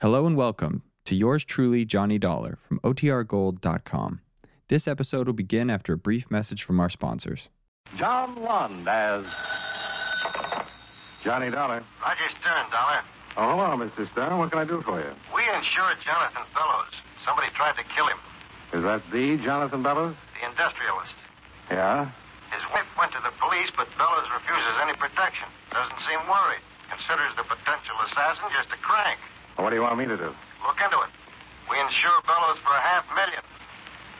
Hello and welcome to yours truly, Johnny Dollar from OTRGold.com. This episode will begin after a brief message from our sponsors. John Lund as Johnny Dollar. Roger Stern, Dollar. Oh, hello, Mr. Stern. What can I do for you? We insured Jonathan Fellows. Somebody tried to kill him, Is that the Jonathan Bellows? the industrialist. Yeah. His wife went to the police, but Fellows refuses any protection. Doesn't seem worried. Considers the potential assassin just a crank. Well, what do you want me to do? Look into it. We insure Bellows for a half million.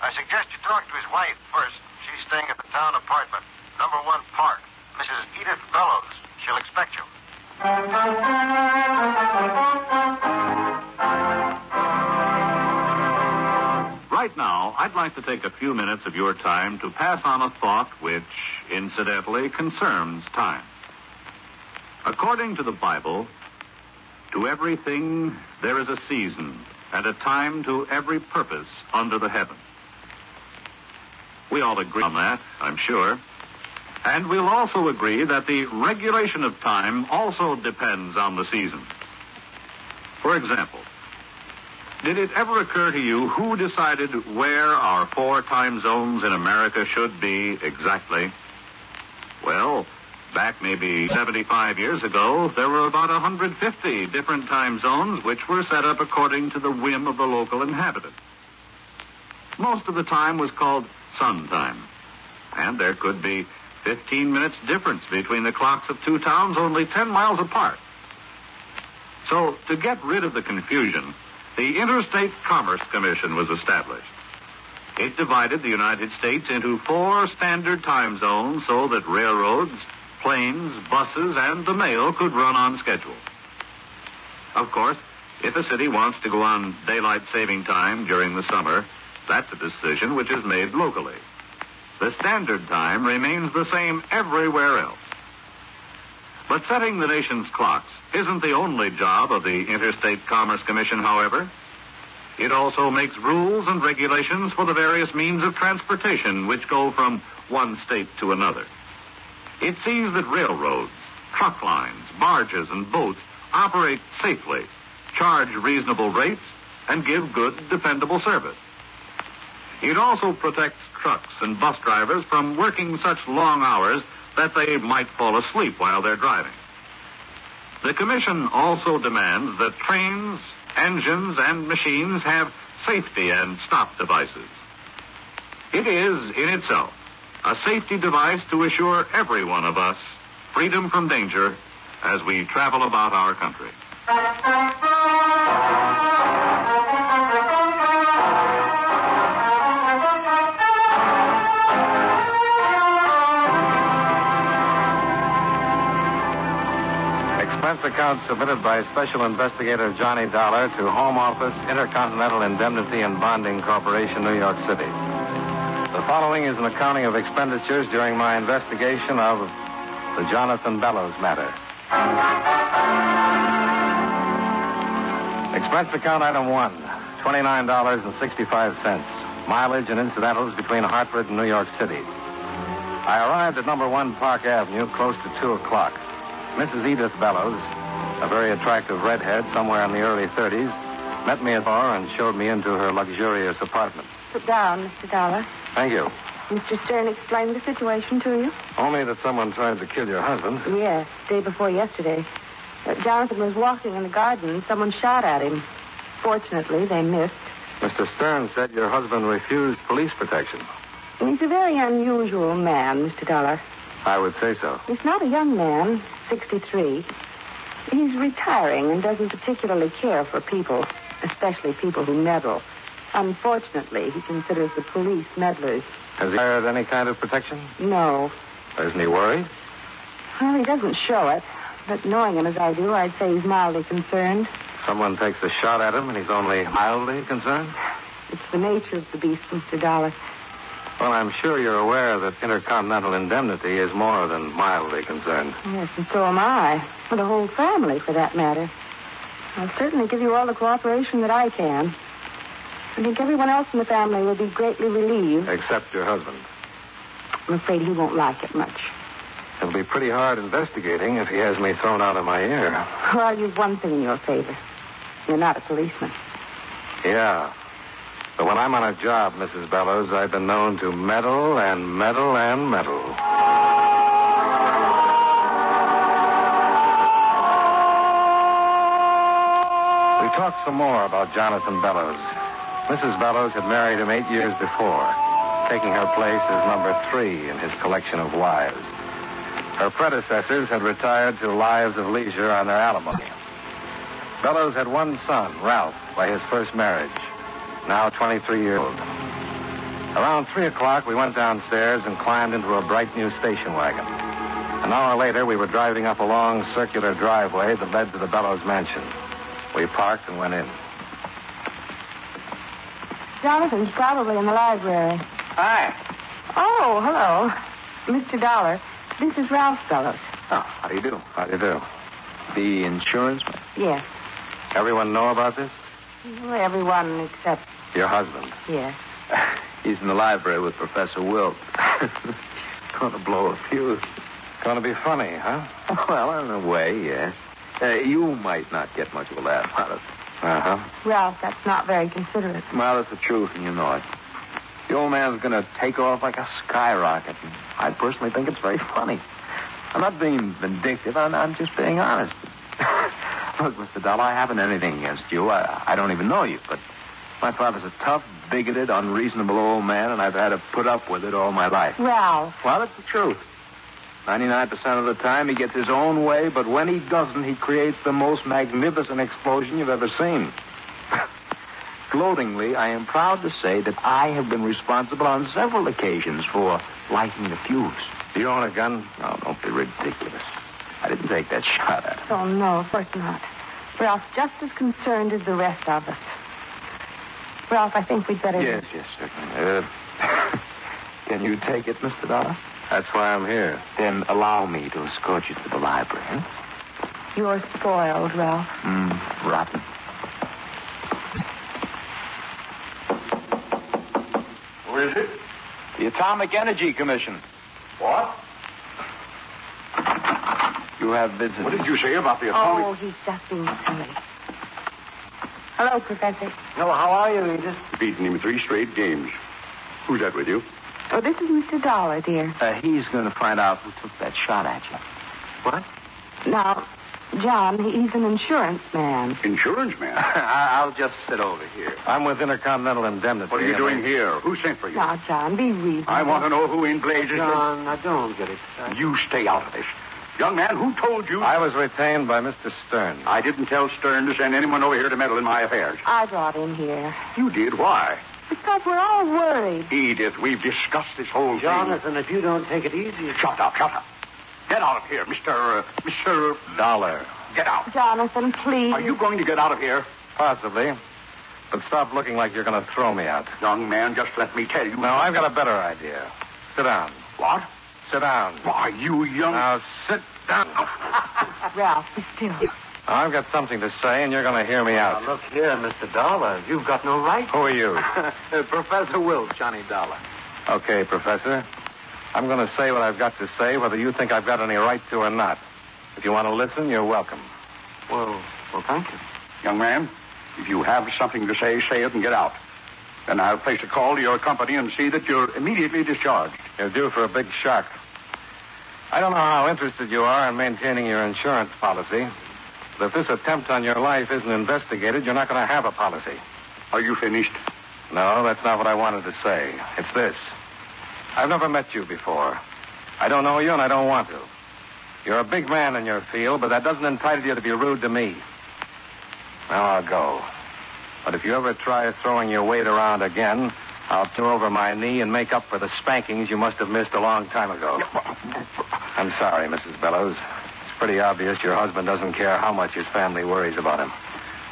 I suggest you talk to his wife first. She's staying at the town apartment, number one park. Mrs. Edith Bellows. She'll expect you. Right now, I'd like to take a few minutes of your time to pass on a thought which, incidentally, concerns time. According to the Bible, to everything there is a season and a time to every purpose under the heaven. We all agree on that, I'm sure. And we'll also agree that the regulation of time also depends on the season. For example, did it ever occur to you who decided where our four time zones in America should be exactly? Well, back maybe 75 years ago, there were about 150 different time zones which were set up according to the whim of the local inhabitant. Most of the time was called sun time, and there could be 15 minutes difference between the clocks of two towns only 10 miles apart. So, to get rid of the confusion, the Interstate Commerce Commission was established. It divided the United States into four standard time zones so that railroads, planes, buses, and the mail could run on schedule. Of course, if a city wants to go on daylight saving time during the summer, that's a decision which is made locally. The standard time remains the same everywhere else. But setting the nation's clocks isn't the only job of the Interstate Commerce Commission, however. It also makes rules and regulations for the various means of transportation which go from one state to another. It sees that railroads, truck lines, barges, and boats operate safely, charge reasonable rates, and give good, dependable service. It also protects trucks and bus drivers from working such long hours that they might fall asleep while they're driving. The Commission also demands that trains, engines, and machines have safety and stop devices. It is, in itself, a safety device to assure every one of us freedom from danger as we travel about our country. Expense account submitted by Special Investigator Johnny Dollar to Home Office Intercontinental Indemnity and Bonding Corporation, New York City. The following is an accounting of expenditures during my investigation of the Jonathan Bellows matter. Expense account item one, $29.65. Mileage and incidentals between Hartford and New York City. I arrived at number one Park Avenue close to 2 o'clock. Mrs. Edith Bellows, a very attractive redhead somewhere in the early 30s, met me at the door and showed me into her luxurious apartment. Sit down, Mr. Dollar. Thank you. Mr. Stern explained the situation to you? Only that someone tried to kill your husband. Yes, day before yesterday. Uh, Jonathan was walking in the garden and someone shot at him. Fortunately, they missed. Mr. Stern said your husband refused police protection. He's a very unusual man, Mr. Dollar. I would say so. He's not a young man, 63. He's retiring and doesn't particularly care for people, especially people who meddle. Unfortunately, he considers the police meddlers. Has he hired any kind of protection? No. Isn't he worried? Well, he doesn't show it, but knowing him as I do, I'd say he's mildly concerned. Someone takes a shot at him and he's only mildly concerned? It's the nature of the beast, Mr. Dollar. Well, I'm sure you're aware that intercontinental indemnity is more than mildly concerned. Yes, and so am I. And the whole family, for that matter. I'll certainly give you all the cooperation that I can. I think everyone else in the family will be greatly relieved. Except your husband. I'm afraid he won't like it much. It'll be pretty hard investigating if he has me thrown out of my ear. Well, you've one thing in your favor. You're not a policeman. Yeah. But when I'm on a job, Mrs. Bellows, I've been known to meddle and meddle and meddle. We talked some more about Jonathan Bellows. Mrs. Bellows had married him eight years before, taking her place as number three in his collection of wives. Her predecessors had retired to lives of leisure on their alimony. Bellows had one son, Ralph, by his first marriage, now 23 years old. Around 3 o'clock, we went downstairs and climbed into a bright new station wagon. An hour later, we were driving up a long circular driveway that led to the Bellows mansion. We parked and went in. Jonathan's probably in the library. Hi. Oh, hello. Mr. Dollar, this is Ralph Bellows. Oh, how do you do? How do you do? The insurance man. Yes. Everyone know about this? Well, everyone except, Your husband. yes. He's in the library with Professor Wilt. Gonna blow a fuse. Gonna be funny, huh? Well, in a way, yes. Uh, you might not get much of a laugh out of it. Uh huh. Ralph, that's not very considerate. Well, it's the truth, and you know it. The old man's gonna take off like a skyrocket. and I personally think it's very funny. I'm not being vindictive. I'm, I'm just being honest. Look, Mr. Dollar, I haven't anything against you. I, I don't even know you, but my father's a tough, bigoted, unreasonable old man, and I've had to put up with it all my life. Ralph, Well, it's the truth. 99% of the time, he gets his own way, but when he doesn't, he creates the most magnificent explosion you've ever seen. Gloatingly, I am proud to say that I have been responsible on several occasions for lighting the fuse. Do you own a gun? Oh, don't be ridiculous. I didn't take that shot at him. oh no, of course not. Ralph's just as concerned as the rest of us. Ralph, I think we'd better. Yes, yes, certainly. Uh, can you take it, Mr. Dollar? That's why I'm here. Then allow me to escort you to the library. Huh? You're spoiled, Ralph. Mm, rotten. Who is it? The Atomic Energy Commission. What? You have visitors. What did you say about the Oh, atomic? he's just being silly. Hello, Professor. Hello, how are you, Edith? Beaten him three straight games. Who's that with you? Oh, this is Mr. Dollar, dear. Uh, he's going to find out who took that shot at you. What? Now, John, he- he's an insurance man. Insurance man. I- I'll just sit over here. I'm with Intercontinental Indemnity. What are you doing here? Who sent for you? Now, John, be reasonable. I want to know who in blazes. John, I don't get it. You stay out of this. Young man, who told you? I was retained by Mr. Stern. I didn't tell Stern to send anyone over here to meddle in my affairs. I brought him here You did. Why? because we're all worried. Edith, we've discussed this whole thing. Jonathan, if you don't take it easy, Shut up, shut up. Get out of here, Mr. Uh, Mr. Dollar. Get out. Jonathan, please. Are you going to get out of here? Possibly. But stop looking like you're going to throw me out. Young man, just let me tell you. No, I've got a better idea. Sit down. What? Sit down. Why, you young... Now sit down. Ralph, be still. Now, I've got something to say, and you're going to hear me out. look here, Mr. Dollar. You've got no right. Who are you? Professor Wills, Johnny Dollar. Okay, Professor. I'm going to say what I've got to say, whether you think I've got any right to or not. If you want to listen, you're welcome. Well, well, thank you. Young man, if you have something to say, say it and get out. Then I'll place a call to your company and see that you're immediately discharged. You're due for a big shock. I don't know how interested you are in maintaining your insurance policy, but if this attempt on your life isn't investigated, you're not going to have a policy. Are you finished? No, that's not what I wanted to say. It's this I've never met you before. I don't know you, and I don't want to. You're a big man in your field, but that doesn't entitle you to be rude to me. Now I'll go. But if you ever try throwing your weight around again, I'll turn over my knee and make up for the spankings you must have missed a long time ago. I'm sorry, Mrs. Bellows. It's pretty obvious your husband doesn't care how much his family worries about him.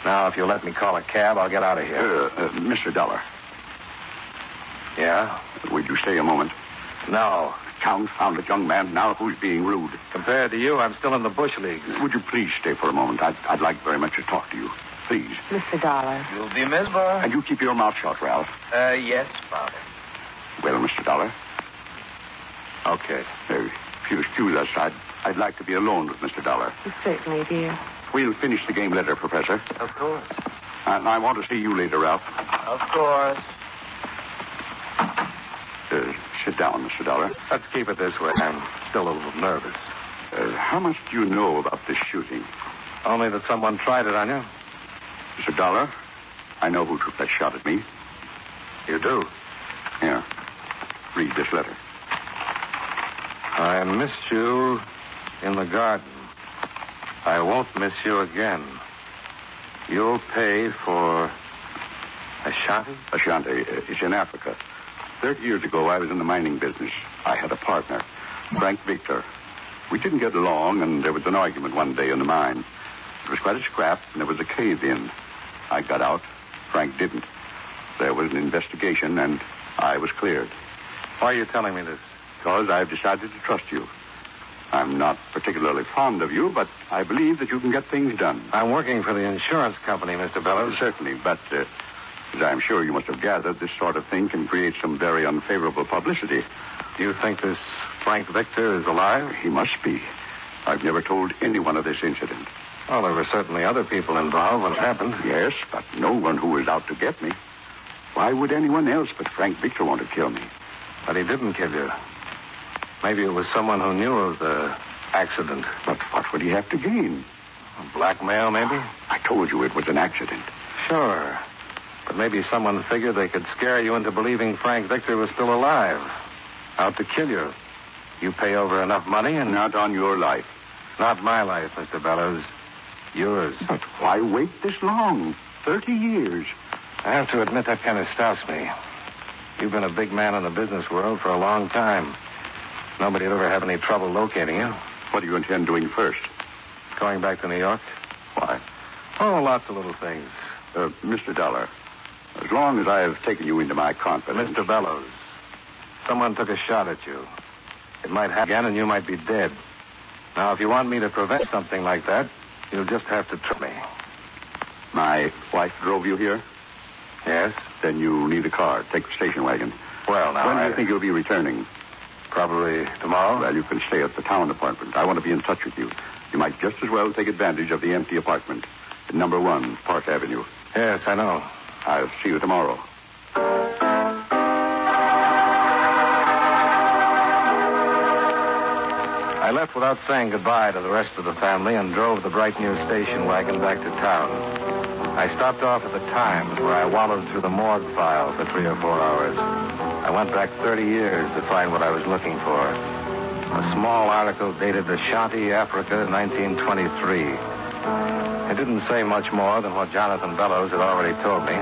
Now, if you'll let me call a cab, I'll get out of Uh, here. uh, Mr. Dollar, Yeah? would you stay a moment? No. Confound it, young man, now who's being rude? Compared to you, I'm still in the bush leagues. Would you please stay for a moment? I'd, I'd like very much to talk to you. Please. Mr. Dollar. You'll be miserable. And you keep your mouth shut, Ralph. Uh, yes, Father. Well, Mr. Dollar, Okay. uh, if you excuse us, I'd, I'd like to be alone with Mr. Dollar. Certainly, dear. We'll finish the game later, Professor. Of course. And I want to see you later, Ralph. Of course. Uh, sit down, Mr. Dollar. Let's keep it this way. I'm still a little nervous. Uh, how much do you know about this shooting? Only that someone tried it on you. Mr. Dollar, I know who took that shot at me. You do. Here, read this letter. I missed you in the garden. I won't miss you again. You'll pay for Ashanti? Ashanti, uh, it's in Africa. Thirty years ago, I was in the mining business. I had a partner, Frank Victor. We didn't get along, and there was an argument one day in the mine. It was quite a scrap, and there was a cave in. I got out. Frank didn't. There was an investigation, and I was cleared. Why are you telling me this? Because I've decided to trust you. I'm not particularly fond of you, but I believe that you can get things done. I'm working for the insurance company, Mr. Bellows. Certainly, but uh, as I'm sure you must have gathered, this sort of thing can create some very unfavorable publicity. Do you think this Frank Victor is alive? He must be. I've never told anyone of this incident. Well, there were certainly other people involved when it happened. Yes, but no one who was out to get me. Why would anyone else but Frank Victor want to kill me? But he didn't kill you. Maybe it was someone who knew of the accident. But what would he have to gain? Blackmail, maybe? I told you it was an accident. Sure. But maybe someone figured they could scare you into believing Frank Victor was still alive. Out to kill you. You pay over enough money and. Not on your life. Not my life, Mr. Bellows. Yours. But why wait this long? Thirty years. I have to admit that kind of stops me. You've been a big man in the business world for a long time. Nobody'd ever have any trouble locating you. What do you intend doing first? Going back to New York? Why? Oh, lots of little things. Uh, Mr. Dollar, as long as I have taken you into my confidence. Mr. Bellows, someone took a shot at you. It might happen again, and you might be dead. Now, if you want me to prevent something like that, you'll just have to trust me. My wife drove you here? Yes? Then you need a car. Take the station wagon. Well, now. when do you I- think you'll be returning? Probably tomorrow. Well, you can stay at the town apartment. I want to be in touch with you. You might just as well take advantage of the empty apartment at number one, Park Avenue. Yes, I know. I'll see you tomorrow. I left without saying goodbye to the rest of the family and drove the bright new station wagon back to town. I stopped off at the Times where I wallowed through the morgue file for three or four hours. I went back 30 years to find what I was looking for. A small article dated Ashanti, Africa, 1923. It didn't say much more than what Jonathan Bellows had already told me.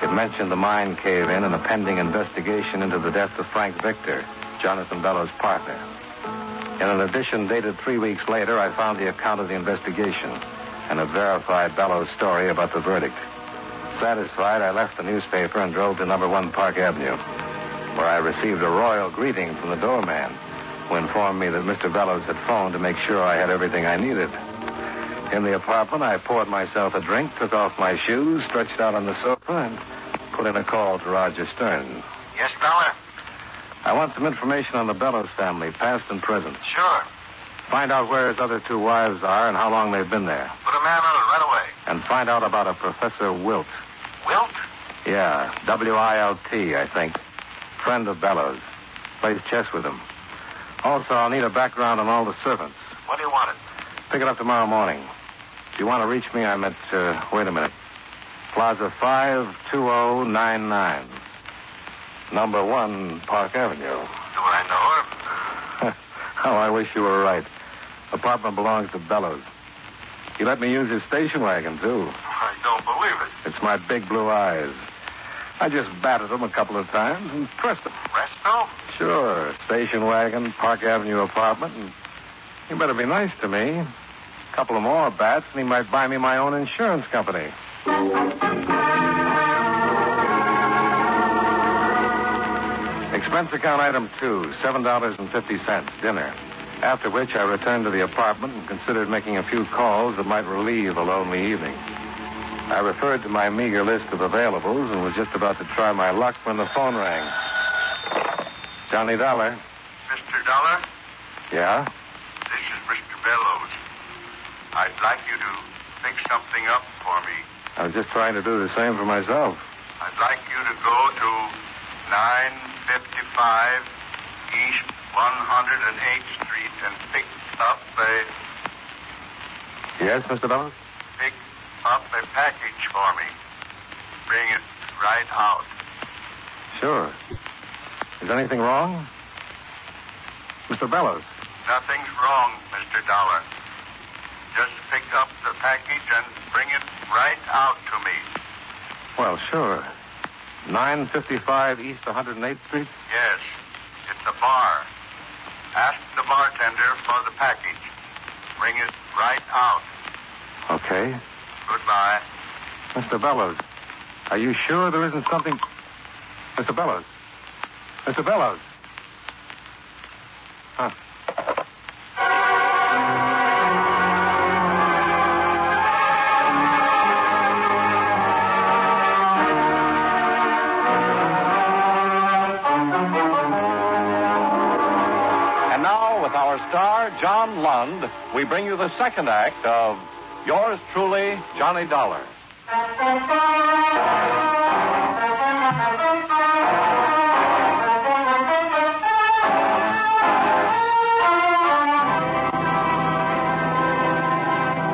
It mentioned the mine cave in and a pending investigation into the death of Frank Victor, Jonathan Bellows' partner. In an edition dated three weeks later, I found the account of the investigation and it verified Bellows' story about the verdict. Satisfied, I left the newspaper and drove to number one Park Avenue, where I received a royal greeting from the doorman, who informed me that Mr. Bellows had phoned to make sure I had everything I needed. In the apartment, I poured myself a drink, took off my shoes, stretched out on the sofa, and put in a call to Roger Stern. Yes, Dollar? I want some information on the Bellows family, past and present. Sure. Find out where his other two wives are and how long they've been there. Put a man on it right away. And find out about a Professor Wilt. Wilt? Yeah, W I L T, I think. Friend of Bellows. Plays chess with him. Also, I'll need a background on all the servants. What do you want it? Pick it up tomorrow morning. If you want to reach me, I'm at, uh, wait a minute, Plaza 52099. Number one, Park Avenue. Do I know her? oh, I wish you were right. Apartment belongs to Bellows. He let me use his station wagon, too. I don't believe it. It's my big blue eyes. I just batted them a couple of times and pressed them. Resto? Sure, station wagon, Park Avenue apartment, and you better be nice to me. A couple of more bats, and he might buy me my own insurance company. Expense account item two, $7.50, dinner. After which I returned to the apartment and considered making a few calls that might relieve a lonely evening. I referred to my meager list of availables and was just about to try my luck when the phone rang. Johnny Dollar. Mr. Dollar? Yeah? This is Mr. Bellows. I'd like you to fix something up for me. I was just trying to do the same for myself. I'd like you to go to 955 East 108th Street and pick up a Yes, Mr. Dawes? pick up a package for me. Bring it right out. Sure. Is anything wrong? Mr. Bellows. Nothing's wrong, Mr. Dollar. Just pick up the package and bring it right out to me. Well, sure. 955 East 108th Street? Yes, it's a bar. Ask the bartender for the package. Bring it right out. Okay. Goodbye. Mr. Bellows, are you sure there isn't something. Mr. Bellows? Mr. Bellows? Huh. And now, with our star, John Lund, we bring you the second act of Yours Truly, Johnny Dollar.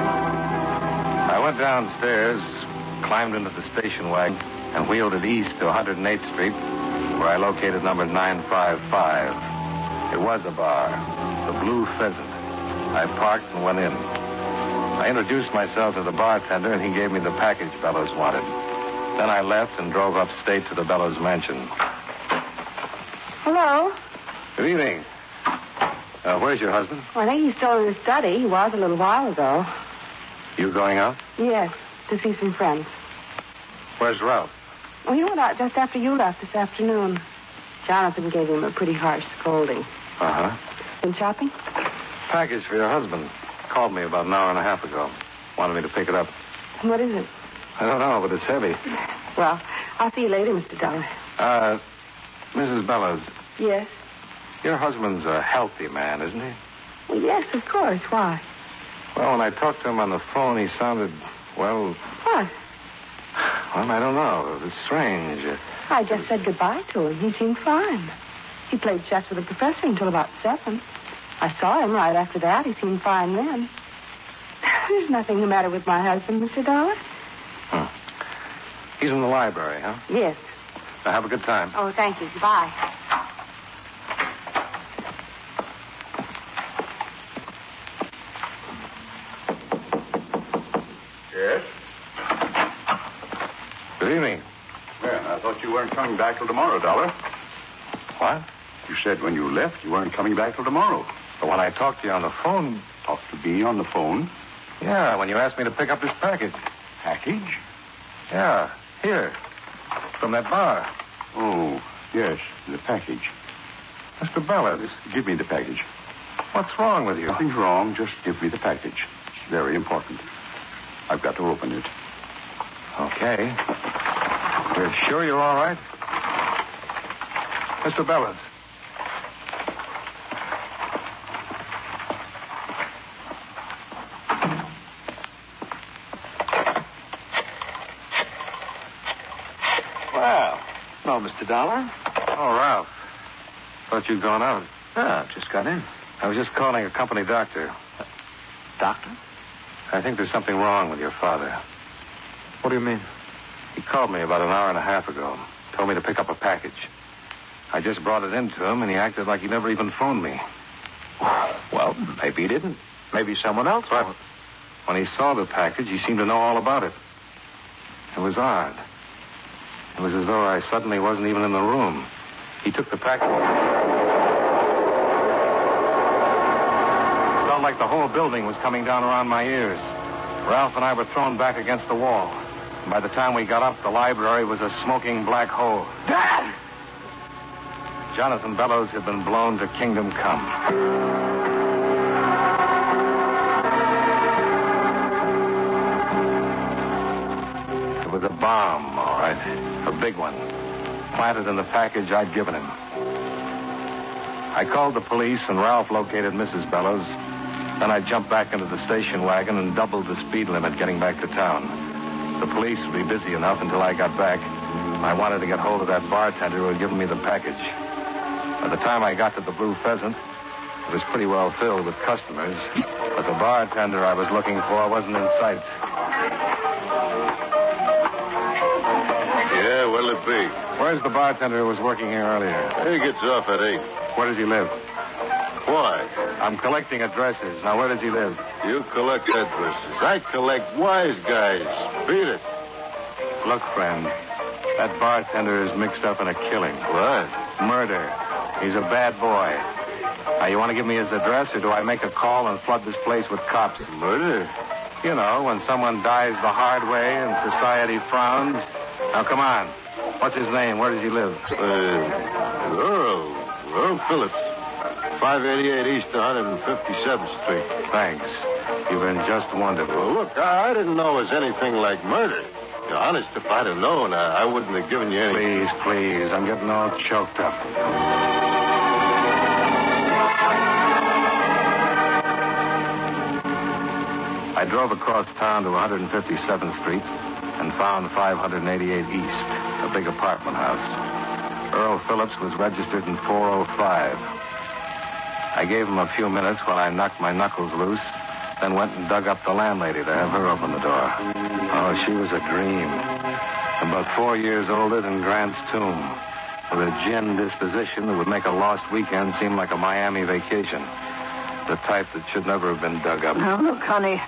I went downstairs, climbed into the station wagon, and wheeled it east to 108th Street, where I located number 955. It was a bar, the Blue Pheasant. I parked and went in. I introduced myself to the bartender, and he gave me the package Bellows wanted. Then I left and drove upstate to the Bellows mansion. Hello? Good evening. Uh, where's your husband? Well, I think he's still in his study. He was a little while ago. You going out? Yes, to see some friends. Where's Ralph? Well, he went out just after you left this afternoon. Jonathan gave him a pretty harsh scolding. Uh huh. Been shopping? Package for your husband. Called me about an hour and a half ago. Wanted me to pick it up. What is it? I don't know, but it's heavy. Well, I'll see you later, Mr. Dollar. Uh, Mrs. Bellows, Yes? your husband's a healthy man, isn't he? Well, yes, of course. Why? Well, when I talked to him on the phone, he sounded, well, What? well, I don't know. It was strange. Uh, I just said goodbye to him. He seemed fine. He played chess with the professor until about seven. I saw him right after that. He seemed fine then. There's nothing the matter with my husband, Mr. Dollar. huh. Hmm. He's in the library, huh? Yes. Now, have a good time. Oh, thank you. Goodbye. Yes? Good evening. Man, I thought you weren't coming back till tomorrow, Dollar. What? You said when you left you weren't coming back till tomorrow. But when I talked to you on the phone, Talked to me on the phone. yeah, when you asked me to pick up this package. Package? Yeah, here. From that bar. Oh, yes, the package. Mr. Bellows, Give me the package. what's wrong with you? Nothing's wrong. Just give me the package. It's very important. I've got to open it. Okay. You're sure you're all right? Mr. Bellows. Well, no, Mr. Dollar. Oh, Ralph. Thought you'd gone out. Ah, just got in. I was just calling a company doctor. Doctor? I think there's something wrong with your father. What do you mean? He called me about an hour and a half ago. Told me to pick up a package. I just brought it in to him, and he acted like he never even phoned me. Well, maybe he didn't. Maybe someone else. But when he saw the package, he seemed to know all about it. It was odd. It was as though I suddenly wasn't even in the room. He took the package. It felt like the whole building was coming down around my ears. Ralph and I were thrown back against the wall. And by the time we got up, the library was a smoking black hole. Dad! Jonathan Bellows had been blown to kingdom come. It was a bomb, all right. A big one. Planted in the package I'd given him. I called the police, and Ralph located Mrs. Bellows. Then I jumped back into the station wagon and doubled the speed limit getting back to town. The police would be busy enough until I got back. I wanted to get hold of that bartender who had given me the package. By the time I got to the Blue Pheasant, it was pretty well filled with customers, but the bartender I was looking for wasn't in sight. Yeah, where'll it be? Where's the bartender who was working here earlier? He gets off at 8. Where does he live? Why? I'm collecting addresses. Now, where does he live? You collect addresses. I collect wise guys. Beat it. Look, friend, that bartender is mixed up in a killing. What? Murder. He's a bad boy. Now, you want to give me his address, or do I make a call and flood this place with cops? Murder? You know, when someone dies the hard way and society frowns. Now, come on. What's his name? Where does he live? Uh, Earl. Earl Phillips. 588 East 157th Street. Thanks. You've been just wonderful. Well, look, I, I didn't know it was anything like murder. You know, honest, if I'd have known, I, I wouldn't have given you any. Please, please. I'm getting all choked up. I drove across town to 157th Street and found 588 East, a big apartment house. Earl Phillips was registered in 405. I gave him a few minutes while I knocked my knuckles loose, then went and dug up the landlady to have her open the door. Oh, she was a dream. About four years older than Grant's tomb, with a gin disposition that would make a lost weekend seem like a Miami vacation. The type that should never have been dug up. Now, look, honey,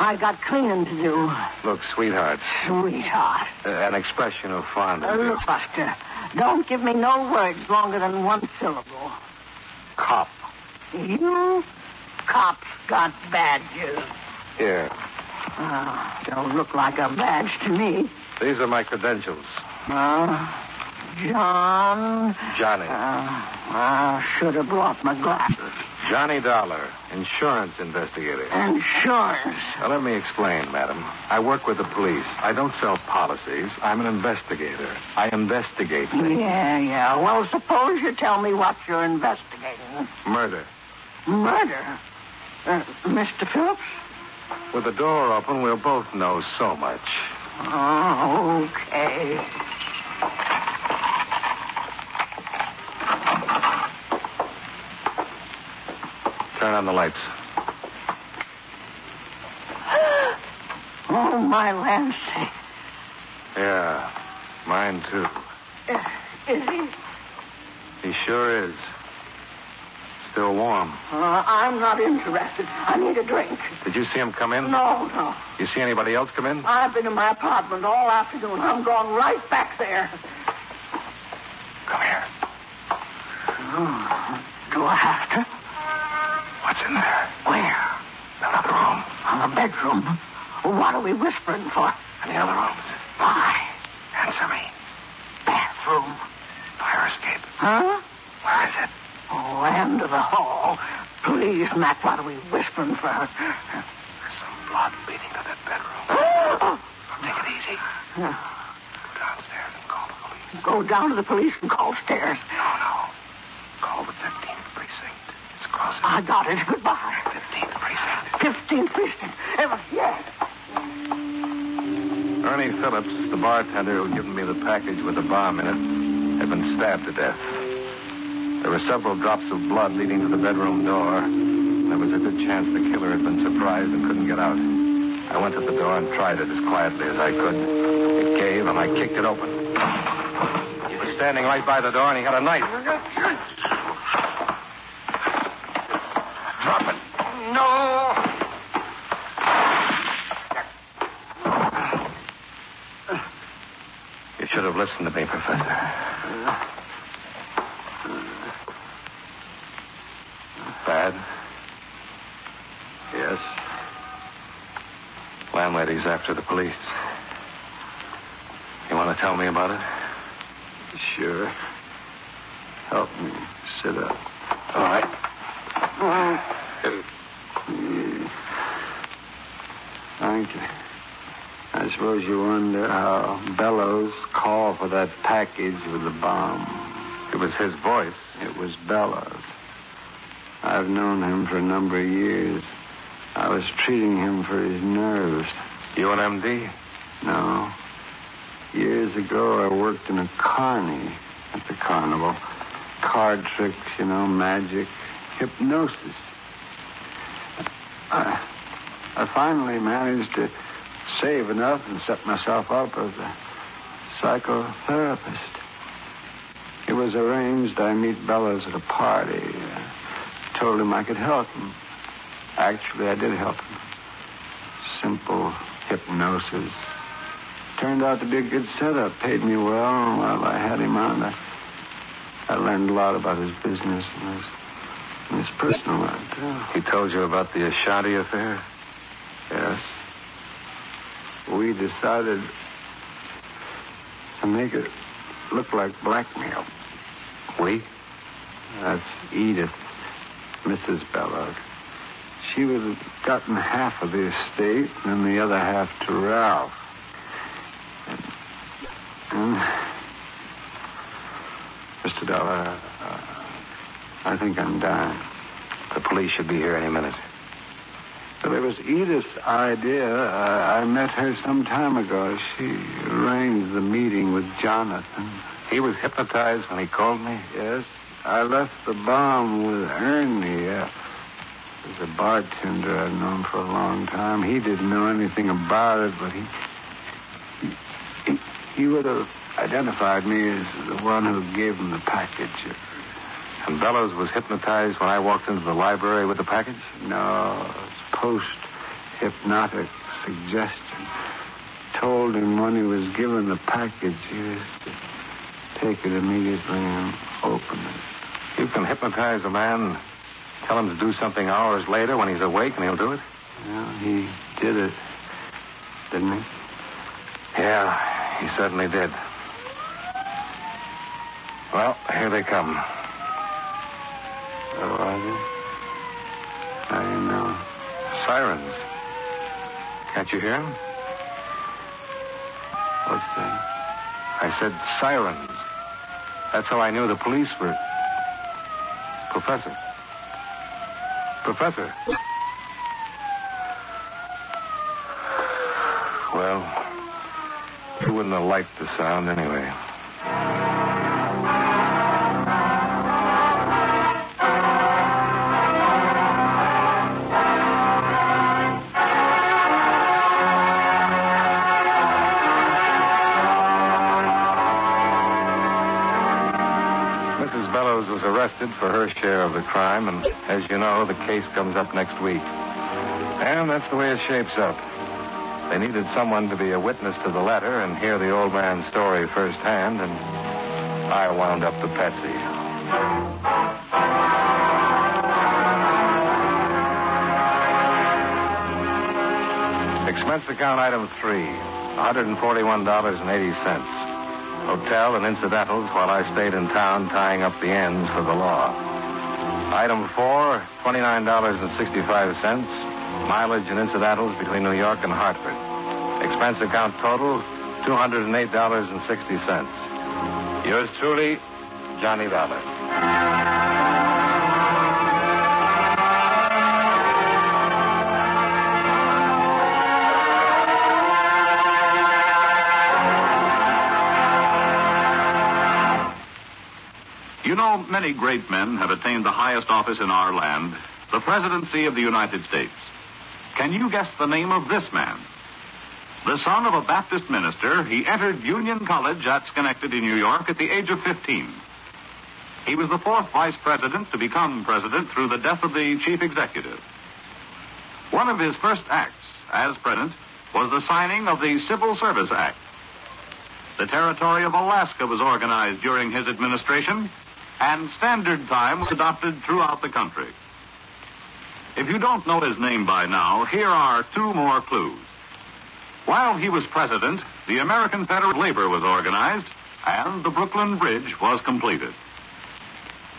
I've got cleaning to do. Look, sweetheart, Sweetheart. uh, an expression of fondness. Now, look, Buster, don't give me no words longer than one syllable. Cop. You cops got badges. Here. Oh, Ah, don't look like a badge to me. These are my credentials. Oh, John. Johnny. Uh, I should have brought my glasses. Johnny Dollar, insurance investigator. Insurance. Now, let me explain, madam. I work with the police. I don't sell policies. I'm an investigator. I investigate things. Yeah, yeah. Well, suppose you tell me what you're investigating. Murder. Murder. Uh, Mr. Phillips? With the door open, we'll both know so much. Oh, okay. Turn on the lights. Oh, my Lancy. Yeah, mine too. Uh, is he? He sure is. Still warm. Uh, I'm not interested. I need a drink. Did you see him come in? No, no. You see anybody else come in? I've been in my apartment all afternoon. I'm going right back there. Come here. Oh, Do I have to? What's in there? Where? Another room. On the bedroom. What are we whispering for? And the other rooms. Why? Answer me. Bathroom. Fire escape. Huh? Where is it? Oh, end of the hall. Please, Matt, what are we whispering for? There's some blood leading to that bedroom. Take it easy. Go downstairs and call the police. Go down to the police and call stairs. No, no. Call the 15th precinct. It's crossing. I got it. Goodbye. 15th 15 precinct. precinct. Ever. Yes. Ernie Phillips, the bartender who had given me the package with the bomb in it, had been stabbed to death. There were several drops of blood leading to the bedroom door. and There was a good chance the killer had been surprised and couldn't get out. I went to the door and tried it as quietly as I could. It gave, and I kicked it open. He was standing right by the door, and he had a knife. Drop it. You should have listened to me, Professor. Bad? Yes. Landlady's after the police. You want to tell me about it? Sure. Help me sit up. All right. Hmm. Thank you. I suppose you wonder how Bellows called for that package with the bomb. It was his voice. It was Bellows. I've known him for a number of years. I was treating him for his nerves. You an MD? No. Years ago, I worked in a carny at the carnival. Card tricks, you know, magic, hypnosis. I, I finally managed to save enough and set myself up as a psychotherapist. It was arranged I meet Bellows at a party. I told him I could help him. Actually, I did help him. Simple hypnosis. Turned out to be a good setup. Paid me well and while I had him on. I, I learned a lot about his business and his, and his personal life, too. He told you about the Ashanti affair? Yes. We decided to make it look like blackmail. We? That's Edith, Mrs. Bellows. She would have gotten half of the estate and the other half to Ralph. And, and Mr. Dollar, uh, I think I'm dying. The police should be here any minute. Well, it was Edith's idea. I, I met her some time ago. She arranged the meeting with Jonathan. He was hypnotized when he called me? Yes. I left the bomb with Ernie. Uh, he was a bartender I've known for a long time. He didn't know anything about it, but he. He, he, he would have identified me as the one who gave him the package. And Bellows was hypnotized when I walked into the library with the package? No, post hypnotic suggestion. Told him when he was given the package, he was to take it immediately and open it. You can hypnotize a man, tell him to do something hours later when he's awake, and he'll do it? Yeah, he did it, didn't he? Yeah, he certainly did. Well, here they come. Oh, are they? How do you know? Sirens. Can't you hear 'em? What's that? I said sirens. That's how I knew the police were. Professor. Professor. Well, you wouldn't have liked the sound anyway. Mrs. Bellows was arrested for her share of the crime, and as you know, the case comes up next week. And that's the way it shapes up. They needed someone to be a witness to the letter and hear the old man's story firsthand, and I wound up the Patsy. Expense account item three, $141.80 hotel and incidentals while I stayed in town tying up the ends for the law. Item four, $29.65, mileage and incidentals between New York and Hartford. Expense account total, $208.60. Yours truly, Johnny Dollar. You know, many great men have attained the highest office in our land, the presidency of the United States. Can you guess the name of this man? The son of a Baptist minister, he entered Union College at Schenectady, New York, at the age of 15. He was the fourth vice president to become president through the death of the chief executive. One of his first acts as president was the signing of the Civil Service Act. The territory of Alaska was organized during his administration, and Standard Time was adopted throughout the country. If you don't know his name by now, here are two more clues. While he was president, the American Federal Labor was organized, and the Brooklyn Bridge was completed.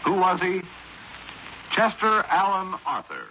Who was he? Chester Allen Arthur.